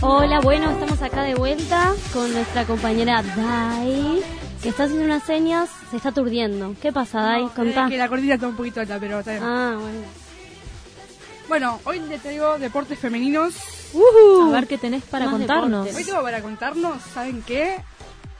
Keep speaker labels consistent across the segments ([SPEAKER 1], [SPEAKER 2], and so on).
[SPEAKER 1] Hola, bueno, estamos acá de vuelta con nuestra compañera Dai, que está haciendo unas señas, se está aturdiendo. ¿Qué pasa, Dai? Contá.
[SPEAKER 2] Es Eh, que la cortina está un poquito alta, pero está bien.
[SPEAKER 1] Ah, bueno.
[SPEAKER 2] Bueno, hoy les traigo deportes femeninos.
[SPEAKER 3] A ver qué tenés para
[SPEAKER 1] Más
[SPEAKER 3] contarnos.
[SPEAKER 1] deportes.
[SPEAKER 2] Hoy tengo para contarnos, ¿saben qué?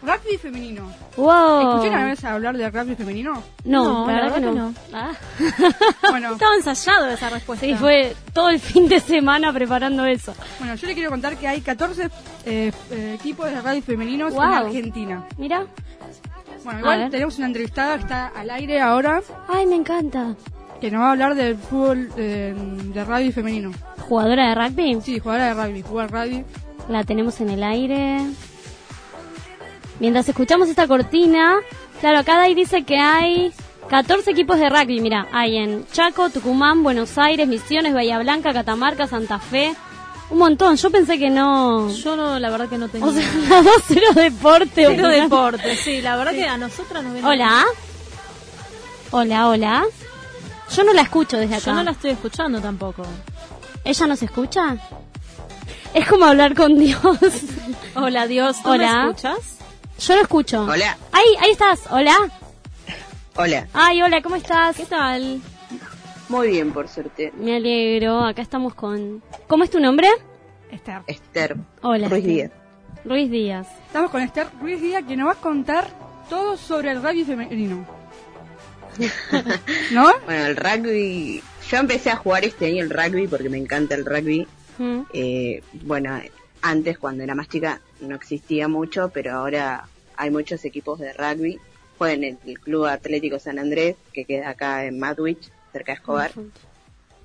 [SPEAKER 2] Rugby femenino.
[SPEAKER 1] ¡Wow!
[SPEAKER 2] ¿Escucharon alguna vez hablar de rugby femenino?
[SPEAKER 1] No, la verdad que no. Ah.
[SPEAKER 2] Bueno,
[SPEAKER 3] Estaba ensayado esa respuesta.
[SPEAKER 1] Sí, fue todo el fin de semana preparando eso.
[SPEAKER 2] bueno, yo les quiero contar que hay 14 eh, eh, equipos de rugby femeninos en
[SPEAKER 1] Guau.
[SPEAKER 2] Argentina.
[SPEAKER 1] Mira.
[SPEAKER 2] Bueno,
[SPEAKER 1] A ver.
[SPEAKER 2] igual tenemos una entrevistada que está al aire ahora
[SPEAKER 1] Ay, me encanta.
[SPEAKER 2] que nos va a hablar del fútbol eh, de rugby femenino.
[SPEAKER 1] Jugadora de rugby.
[SPEAKER 2] Sí, jugadora de rugby, jugar rugby.
[SPEAKER 1] La tenemos en el aire. Mientras escuchamos esta cortina, claro, acá Dai dice que hay 14 equipos de rugby, mira, hay en Chaco, Tucumán, Buenos Aires, Misiones, Bahía Blanca, Catamarca, Santa Fe. Un montón, yo pensé que no.
[SPEAKER 3] Yo no, la verdad que no tenía.
[SPEAKER 1] O sea, la dos cero deporte.
[SPEAKER 3] Cero
[SPEAKER 1] boluda.
[SPEAKER 3] deporte, sí, la verdad que a nosotras nos viene.
[SPEAKER 1] Hola. Hola, hola. Yo no la escucho desde acá.
[SPEAKER 3] Yo no la estoy escuchando tampoco.
[SPEAKER 1] ¿Ella nos escucha? Es como hablar con Dios.
[SPEAKER 3] Hola, Dios. ¿tú
[SPEAKER 1] Hola.
[SPEAKER 3] me escuchas?
[SPEAKER 1] Yo no escucho.
[SPEAKER 4] Hola,
[SPEAKER 1] Ahí, ahí estás. Hola.
[SPEAKER 4] hola.
[SPEAKER 1] Ay, hola, ¿cómo estás?
[SPEAKER 3] ¿Qué tal?
[SPEAKER 4] Muy bien, por suerte.
[SPEAKER 1] Me alegro. Acá estamos con. ¿Cómo es tu nombre?
[SPEAKER 2] Esther.
[SPEAKER 4] Esther.
[SPEAKER 1] Hola.
[SPEAKER 4] Ruiz
[SPEAKER 1] Esther.
[SPEAKER 4] Díaz.
[SPEAKER 1] Ruiz Díaz.
[SPEAKER 2] Estamos con Esther Ruiz Díaz que nos va a contar todo sobre el rugby femenino. ¿No?
[SPEAKER 4] Bueno, el rugby. Yo empecé a jugar este año el rugby porque me encanta el rugby.
[SPEAKER 1] Mm.
[SPEAKER 4] Eh, bueno, antes cuando era más chica no existía mucho, pero ahora hay muchos equipos de rugby. Juegan en el Club Atlético San Andrés, que queda acá en Madwich, cerca de Escobar.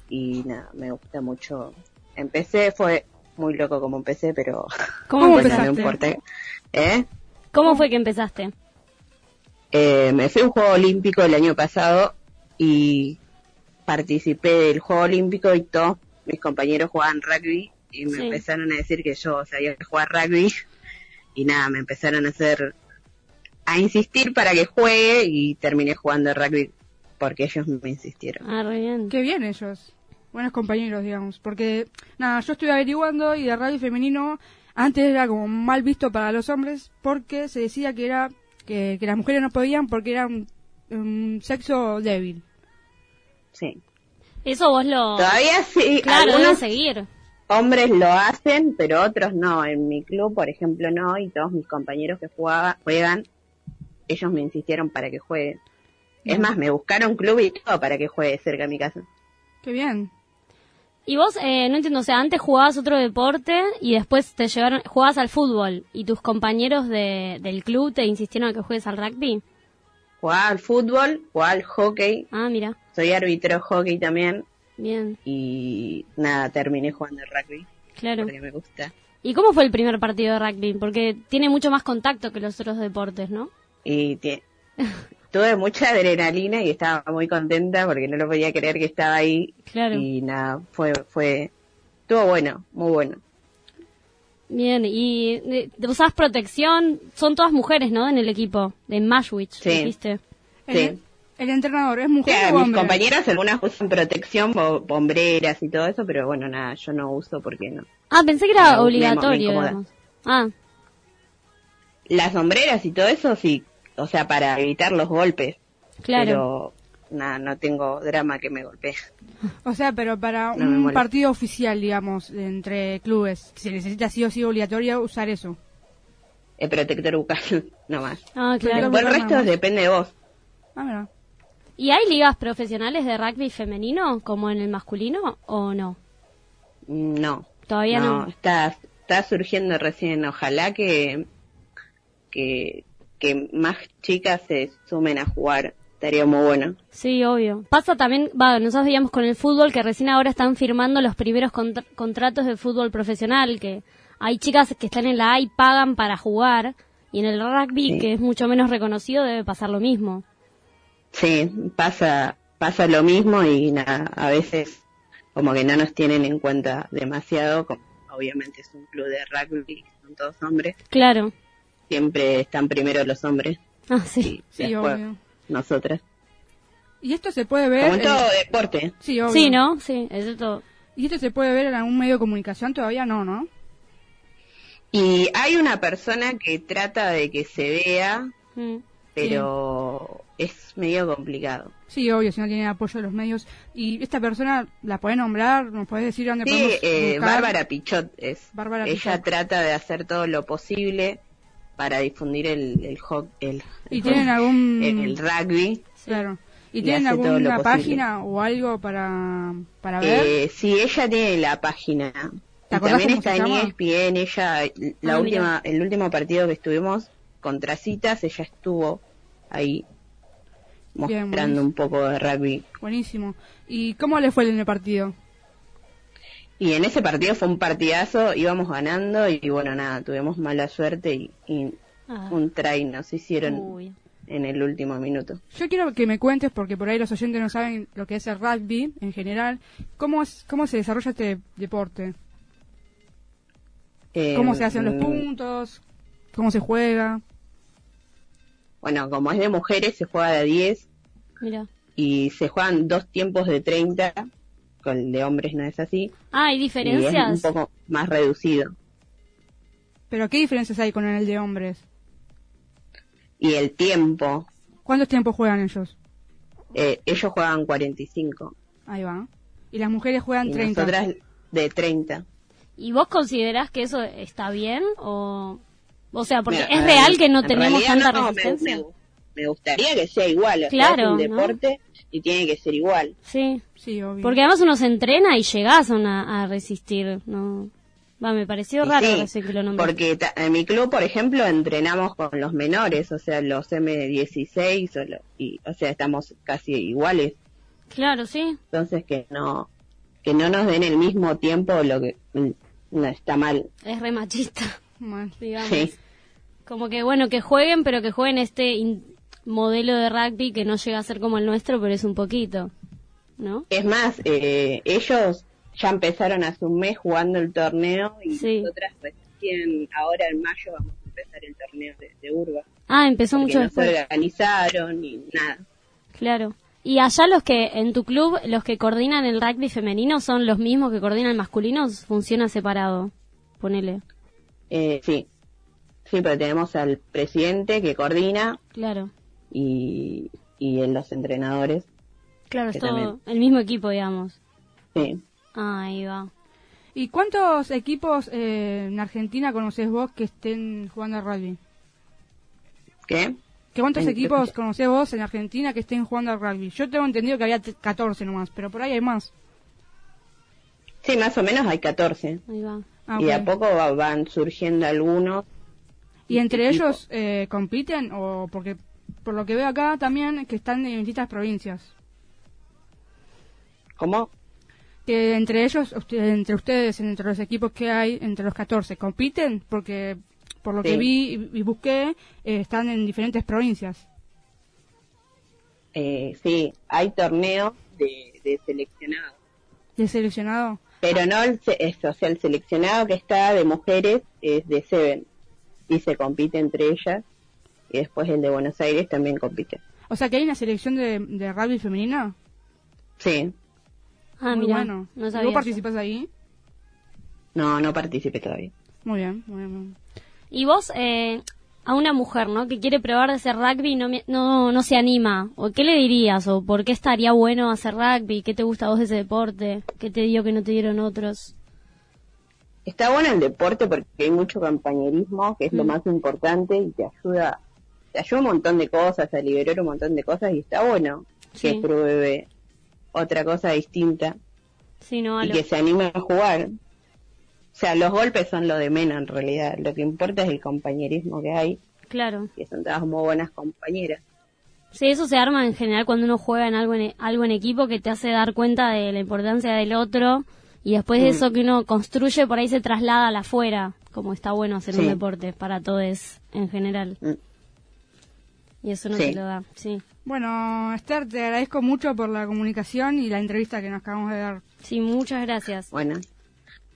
[SPEAKER 4] Y nada, me gusta mucho. Empecé, fue muy loco como empecé, pero.
[SPEAKER 2] ¿Cómo
[SPEAKER 4] bueno,
[SPEAKER 2] empezaste?
[SPEAKER 4] no importa. ¿Eh?
[SPEAKER 1] ¿Cómo fue que empezaste?
[SPEAKER 4] Eh, me fui a un juego olímpico el año pasado y participé del juego olímpico y todos mis compañeros jugaban rugby y me
[SPEAKER 1] Sí.
[SPEAKER 4] empezaron a decir que yo sabía jugar rugby y nada, me empezaron a hacer, a insistir para que juegue y terminé jugando rugby porque ellos me insistieron.
[SPEAKER 1] Ah, re bien.
[SPEAKER 2] Qué bien ellos. Buenos compañeros, digamos. Porque, nada, yo estuve averiguando y el rugby femenino antes era como mal visto para los hombres porque se decía que era que, que las mujeres no podían porque eran un sexo débil.
[SPEAKER 4] Sí.
[SPEAKER 1] Eso vos lo.
[SPEAKER 4] Todavía sí,
[SPEAKER 1] Oh. Claro, deben
[SPEAKER 4] algunos
[SPEAKER 1] seguir.
[SPEAKER 4] hombres lo hacen, pero otros no. En mi club, por ejemplo, no y todos mis compañeros que jugaba, juegan, ellos me insistieron para que juegue. Es más, me buscaron club y todo para que juegue cerca de mi casa.
[SPEAKER 2] Qué bien.
[SPEAKER 1] Y vos, eh, no entiendo, o sea, antes jugabas otro deporte y después te llevaron. jugabas al fútbol y tus compañeros de, del club te insistieron a que juegues al rugby.
[SPEAKER 4] Jugaba al fútbol, jugaba al hockey,
[SPEAKER 1] Ah, mira.
[SPEAKER 4] soy árbitro de hockey también
[SPEAKER 1] Bien,
[SPEAKER 4] y nada, terminé jugando al rugby
[SPEAKER 1] claro.
[SPEAKER 4] porque me gusta.
[SPEAKER 1] ¿Y cómo fue el primer partido de rugby? Porque tiene mucho más contacto que los otros deportes, ¿no?
[SPEAKER 4] Y tie- tuve mucha adrenalina y estaba muy contenta porque no lo podía creer que estaba ahí.
[SPEAKER 1] Claro.
[SPEAKER 4] Y nada, fue, fue, estuvo bueno, muy bueno.
[SPEAKER 1] Bien, y eh, usabas protección, son todas mujeres, ¿no? En el equipo, de Mashwich,
[SPEAKER 4] Sí.
[SPEAKER 1] dijiste.
[SPEAKER 2] El,
[SPEAKER 4] Sí.
[SPEAKER 2] el entrenador es
[SPEAKER 4] O sea,
[SPEAKER 2] mujer o
[SPEAKER 4] mis
[SPEAKER 2] hombre.
[SPEAKER 4] compañeras algunas usan protección, bo- hombreras y todo eso, pero bueno, nada, yo no uso porque no.
[SPEAKER 1] Ah, pensé que
[SPEAKER 4] Me-
[SPEAKER 1] era
[SPEAKER 4] me
[SPEAKER 1] obligatorio.
[SPEAKER 4] incomoda.
[SPEAKER 1] digamos. Ah,
[SPEAKER 4] Las hombreras y todo eso sí, o sea, para evitar los golpes.
[SPEAKER 1] claro.
[SPEAKER 4] Pero nada, no tengo drama que me golpee.
[SPEAKER 2] O sea, pero para
[SPEAKER 4] No me
[SPEAKER 2] un
[SPEAKER 4] molesta.
[SPEAKER 2] partido oficial, digamos, entre clubes, se necesita sí o sí obligatorio usar eso.
[SPEAKER 4] El protector bucal, nomás.
[SPEAKER 1] Ah, claro.
[SPEAKER 2] Pero-
[SPEAKER 4] Por el resto
[SPEAKER 2] Nada más.
[SPEAKER 4] depende de vos.
[SPEAKER 2] Ah, mira.
[SPEAKER 1] ¿Y hay ligas profesionales de rugby femenino, como en el masculino, o no?
[SPEAKER 4] No.
[SPEAKER 1] Todavía no.
[SPEAKER 4] Está, está surgiendo recién. Ojalá que, que, que más chicas se sumen a jugar. Estaría muy bueno.
[SPEAKER 1] Sí, obvio. Pasa también, va, nosotros veíamos con el fútbol que recién ahora están firmando los primeros contra- contratos de fútbol profesional, que hay chicas que están en la A y pagan para jugar, y en el rugby,
[SPEAKER 4] Sí.
[SPEAKER 1] que es mucho menos reconocido, debe pasar lo mismo.
[SPEAKER 4] Sí, pasa, pasa lo mismo y nada, a veces como que no nos tienen en cuenta demasiado, como obviamente es un club de rugby, son todos hombres,
[SPEAKER 1] Claro.
[SPEAKER 4] siempre están primero los hombres
[SPEAKER 1] Ah, sí.
[SPEAKER 4] y
[SPEAKER 2] Sí,
[SPEAKER 4] después
[SPEAKER 2] obvio.
[SPEAKER 4] nosotras.
[SPEAKER 2] Y esto se puede ver.
[SPEAKER 4] Como en
[SPEAKER 2] en-
[SPEAKER 4] todo deporte,
[SPEAKER 2] Sí, obvio.
[SPEAKER 1] Sí, ¿no? Sí, excepto...
[SPEAKER 2] ¿Y esto se puede ver en algún medio de comunicación? Todavía no, ¿no?
[SPEAKER 4] Y hay una persona que trata de que se vea,
[SPEAKER 1] Mm.
[SPEAKER 4] pero es medio complicado.
[SPEAKER 2] Sí, obvio, si no tiene apoyo de los medios. Y esta persona, ¿la puede nombrar? ¿Nos puede decir dónde
[SPEAKER 4] Sí,
[SPEAKER 2] podemos
[SPEAKER 4] eh,
[SPEAKER 2] buscar?
[SPEAKER 4] Bárbara Pichot es.
[SPEAKER 2] Bárbara
[SPEAKER 4] Ella
[SPEAKER 2] Pichot.
[SPEAKER 4] trata de hacer todo lo posible para difundir el, el, ho- el,
[SPEAKER 2] ¿Y tienen algún...?
[SPEAKER 4] el- el rugby.
[SPEAKER 2] Claro. ¿Y
[SPEAKER 4] Y
[SPEAKER 2] tienen
[SPEAKER 4] hace todo lo
[SPEAKER 2] alguna
[SPEAKER 4] posible.
[SPEAKER 2] página o algo para, para ver?
[SPEAKER 4] Eh, sí, ella tiene la página.
[SPEAKER 2] ¿Te
[SPEAKER 4] Y
[SPEAKER 2] acordás cómo
[SPEAKER 4] también
[SPEAKER 2] se
[SPEAKER 4] está en E
[SPEAKER 2] llama?
[SPEAKER 4] ESPN. Ella, la
[SPEAKER 2] Ah,
[SPEAKER 4] última, el último partido que estuvimos contra Citas, ella estuvo ahí
[SPEAKER 2] Bien, buenísimo.
[SPEAKER 4] mostrando un poco de rugby.
[SPEAKER 2] Buenísimo. ¿Y cómo le fue en el partido?
[SPEAKER 4] Y en ese partido fue un partidazo, íbamos ganando y bueno, nada, tuvimos mala suerte y, y
[SPEAKER 1] Ah.
[SPEAKER 4] un try nos hicieron
[SPEAKER 1] Uy.
[SPEAKER 4] en el último minuto.
[SPEAKER 2] Yo quiero que me cuentes, porque por ahí los oyentes no saben lo que es el rugby en general, ¿cómo, es- cómo se desarrolla este deporte?
[SPEAKER 4] Eh,
[SPEAKER 2] ¿Cómo se hacen los
[SPEAKER 4] mm,
[SPEAKER 2] puntos? ¿Cómo se juega?
[SPEAKER 4] Bueno, como es de mujeres, se juega de 10
[SPEAKER 1] Mira.
[SPEAKER 4] y se juegan dos tiempos de 30, con el de hombres no es así.
[SPEAKER 1] Ah, ¿y
[SPEAKER 4] Y es un
[SPEAKER 1] diferencias?
[SPEAKER 4] poco más reducido.
[SPEAKER 2] ¿Pero qué diferencias hay con el de hombres?
[SPEAKER 4] Y el tiempo,
[SPEAKER 2] ¿Cuántos tiempos juegan ellos?
[SPEAKER 4] eh, ellos juegan 45
[SPEAKER 2] Ahí va. Y las mujeres juegan
[SPEAKER 4] y
[SPEAKER 2] 30.
[SPEAKER 4] nosotras de 30.
[SPEAKER 1] ¿Y vos considerás que eso está bien? O, o sea, porque
[SPEAKER 4] Mira,
[SPEAKER 1] es
[SPEAKER 4] eh,
[SPEAKER 1] real que no
[SPEAKER 4] en
[SPEAKER 1] tenemos
[SPEAKER 4] realidad
[SPEAKER 1] tanta
[SPEAKER 4] no, me-
[SPEAKER 1] resistencia.
[SPEAKER 4] Me, me gustaría que sea igual, o sea,
[SPEAKER 1] Claro,
[SPEAKER 4] es
[SPEAKER 1] ¿no?
[SPEAKER 4] un deporte y tiene que ser igual.
[SPEAKER 1] Sí.
[SPEAKER 2] Sí, obvio.
[SPEAKER 1] Porque además uno se entrena y llegás a, una- a resistir. No. Va, me pareció
[SPEAKER 4] Y
[SPEAKER 1] raro
[SPEAKER 4] sí,
[SPEAKER 1] recién que lo nombré.
[SPEAKER 4] porque ta- en mi club, por ejemplo, entrenamos con los menores, o sea, los M16, o, lo- y, o sea, estamos casi iguales.
[SPEAKER 1] Claro, sí.
[SPEAKER 4] Entonces, que no que no nos den el mismo tiempo, lo que mm, no está mal.
[SPEAKER 1] Es re machista,
[SPEAKER 2] Bueno.
[SPEAKER 1] digamos.
[SPEAKER 4] Sí.
[SPEAKER 1] Como que, bueno, que jueguen, pero que jueguen este in- modelo de rugby que no llega a ser como el nuestro, pero es un poquito. ¿No?
[SPEAKER 4] Es más, eh, ellos ya empezaron hace un mes jugando el torneo y
[SPEAKER 1] Sí.
[SPEAKER 4] nosotras recién ahora en mayo vamos a empezar el torneo de, de Urba.
[SPEAKER 1] Ah, empezó
[SPEAKER 4] porque
[SPEAKER 1] mucho
[SPEAKER 4] no se
[SPEAKER 1] después.
[SPEAKER 4] organizaron y nada.
[SPEAKER 1] Claro. Y allá los que, en tu club, los que coordinan el rugby femenino son los mismos que coordinan el masculino, o funciona separado. Ponele.
[SPEAKER 4] Eh, sí, sí, pero tenemos al presidente que coordina
[SPEAKER 1] Claro.
[SPEAKER 4] y, y en los entrenadores.
[SPEAKER 1] Claro, es
[SPEAKER 4] Que
[SPEAKER 1] todo
[SPEAKER 4] también.
[SPEAKER 1] el mismo equipo, digamos.
[SPEAKER 4] Sí.
[SPEAKER 1] Ah, ahí va.
[SPEAKER 2] ¿Y cuántos equipos eh, en Argentina conoces vos que estén jugando al rugby?
[SPEAKER 4] ¿Qué?
[SPEAKER 2] ¿Qué cuántos
[SPEAKER 4] En-
[SPEAKER 2] equipos conocés vos en Argentina que estén jugando al rugby? Yo tengo entendido que había t- 14 nomás, pero por ahí hay más.
[SPEAKER 4] Sí, más o menos hay 14.
[SPEAKER 1] Ahí va.
[SPEAKER 2] Ah,
[SPEAKER 4] Y de a
[SPEAKER 2] ok.
[SPEAKER 4] poco va- van surgiendo algunos.
[SPEAKER 2] ¿Y entre
[SPEAKER 4] equipo.
[SPEAKER 2] ellos eh, compiten? o Porque por lo que veo acá también que están en distintas provincias.
[SPEAKER 4] ¿Cómo?
[SPEAKER 2] Que entre ellos, usted- entre ustedes, entre los equipos que hay, entre los 14, ¿compiten? Porque por lo
[SPEAKER 4] Sí.
[SPEAKER 2] que vi y, y busqué, eh, están en diferentes provincias.
[SPEAKER 4] Eh, sí, hay torneos de, de seleccionados.
[SPEAKER 2] ¿De seleccionado?
[SPEAKER 4] Pero no el, se- es, o sea, el seleccionado que está de mujeres es de Seven y se compite entre ellas. Y después el de Buenos Aires también compite.
[SPEAKER 2] O sea que hay una selección de, de rugby femenina.
[SPEAKER 4] Sí,
[SPEAKER 1] Ah,
[SPEAKER 2] Muy
[SPEAKER 1] mira.
[SPEAKER 2] bueno.
[SPEAKER 1] No
[SPEAKER 2] ¿Y
[SPEAKER 1] sabía.
[SPEAKER 2] ¿Vos
[SPEAKER 1] eso.
[SPEAKER 2] participás ahí?
[SPEAKER 4] no, no participe todavía.
[SPEAKER 2] Muy bien, muy bien. muy bien.
[SPEAKER 1] Y vos, eh, a una mujer, ¿no? Que quiere probar de hacer rugby y no, me- no, no se anima. ¿O qué le dirías? ¿O por qué estaría bueno hacer rugby? ¿Qué te gusta a vos de ese deporte? ¿Qué te dio que no te dieron otros?
[SPEAKER 4] Está bueno el deporte porque hay mucho compañerismo, que es
[SPEAKER 1] Mm.
[SPEAKER 4] lo más importante y te ayuda, te ayuda un montón de cosas, a liberar un montón de cosas y está bueno
[SPEAKER 1] Sí.
[SPEAKER 4] que pruebe otra cosa distinta
[SPEAKER 1] Sí, no, a
[SPEAKER 4] y
[SPEAKER 1] lo-
[SPEAKER 4] que se anime a jugar. O sea, los golpes son lo de menos en realidad, lo que importa es el compañerismo que hay,
[SPEAKER 1] Claro.
[SPEAKER 4] que son todas muy buenas compañeras.
[SPEAKER 1] Sí, eso se arma en general cuando uno juega en algo en, algo en equipo que te hace dar cuenta de la importancia del otro y después
[SPEAKER 4] Mm.
[SPEAKER 1] de eso que uno construye por ahí se traslada a la afuera, como está bueno hacer un
[SPEAKER 4] Sí.
[SPEAKER 1] deporte para todos en general.
[SPEAKER 4] Mm.
[SPEAKER 1] Y eso no
[SPEAKER 4] Sí.
[SPEAKER 1] te lo da, sí.
[SPEAKER 2] Bueno, Esther, te agradezco mucho por la comunicación y la entrevista que nos acabamos de dar.
[SPEAKER 1] Sí, muchas gracias.
[SPEAKER 4] Bueno,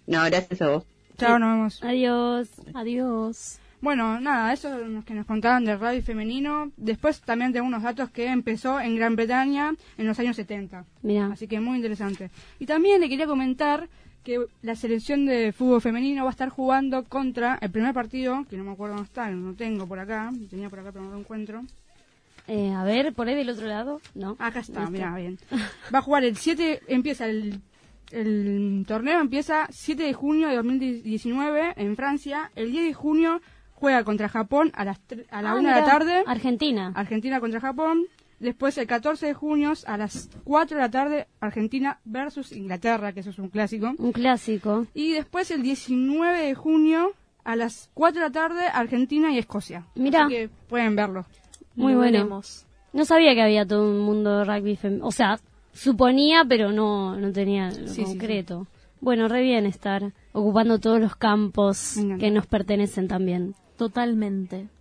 [SPEAKER 4] no, gracias a vos.
[SPEAKER 2] Chao, nos vemos.
[SPEAKER 1] Adiós. Adiós.
[SPEAKER 2] Bueno, nada, eso es lo que nos contaban del rugby femenino. Después también tengo unos datos que empezó en Gran Bretaña en los años 70.
[SPEAKER 1] Mira,
[SPEAKER 2] Así que muy interesante. Y también le quería comentar que la selección de fútbol femenino va a estar jugando contra el primer partido, que no me acuerdo dónde está, no lo tengo por acá, lo tenía por acá pero no lo encuentro.
[SPEAKER 1] Eh, a ver, por ahí del otro lado, ¿no?
[SPEAKER 2] Acá está,
[SPEAKER 1] ¿Listo?
[SPEAKER 2] mira, bien. Va a jugar el 7, empieza el, el torneo, empieza 7 de junio de 2019 en Francia. El 10 de junio juega contra Japón a, las tre- a la
[SPEAKER 1] Ah,
[SPEAKER 2] 1 de la
[SPEAKER 1] mira,
[SPEAKER 2] tarde.
[SPEAKER 1] Argentina.
[SPEAKER 2] Argentina contra Japón. Después el 14 de junio a las 4 de la tarde Argentina versus Inglaterra, que eso es un clásico.
[SPEAKER 1] Un clásico.
[SPEAKER 2] Y después el 19 de junio a las 4 de la tarde Argentina y Escocia.
[SPEAKER 1] Mira,
[SPEAKER 2] Así que pueden verlo.
[SPEAKER 1] muy
[SPEAKER 3] Lo
[SPEAKER 1] bueno.
[SPEAKER 3] veremos.
[SPEAKER 1] No sabía que había todo un mundo de rugby femenino. O sea, suponía, pero no, no tenía lo
[SPEAKER 2] Sí, sí,
[SPEAKER 1] concreto. Bueno, re bien estar ocupando todos los campos
[SPEAKER 2] Me encanta.
[SPEAKER 1] que nos pertenecen también.
[SPEAKER 3] Totalmente.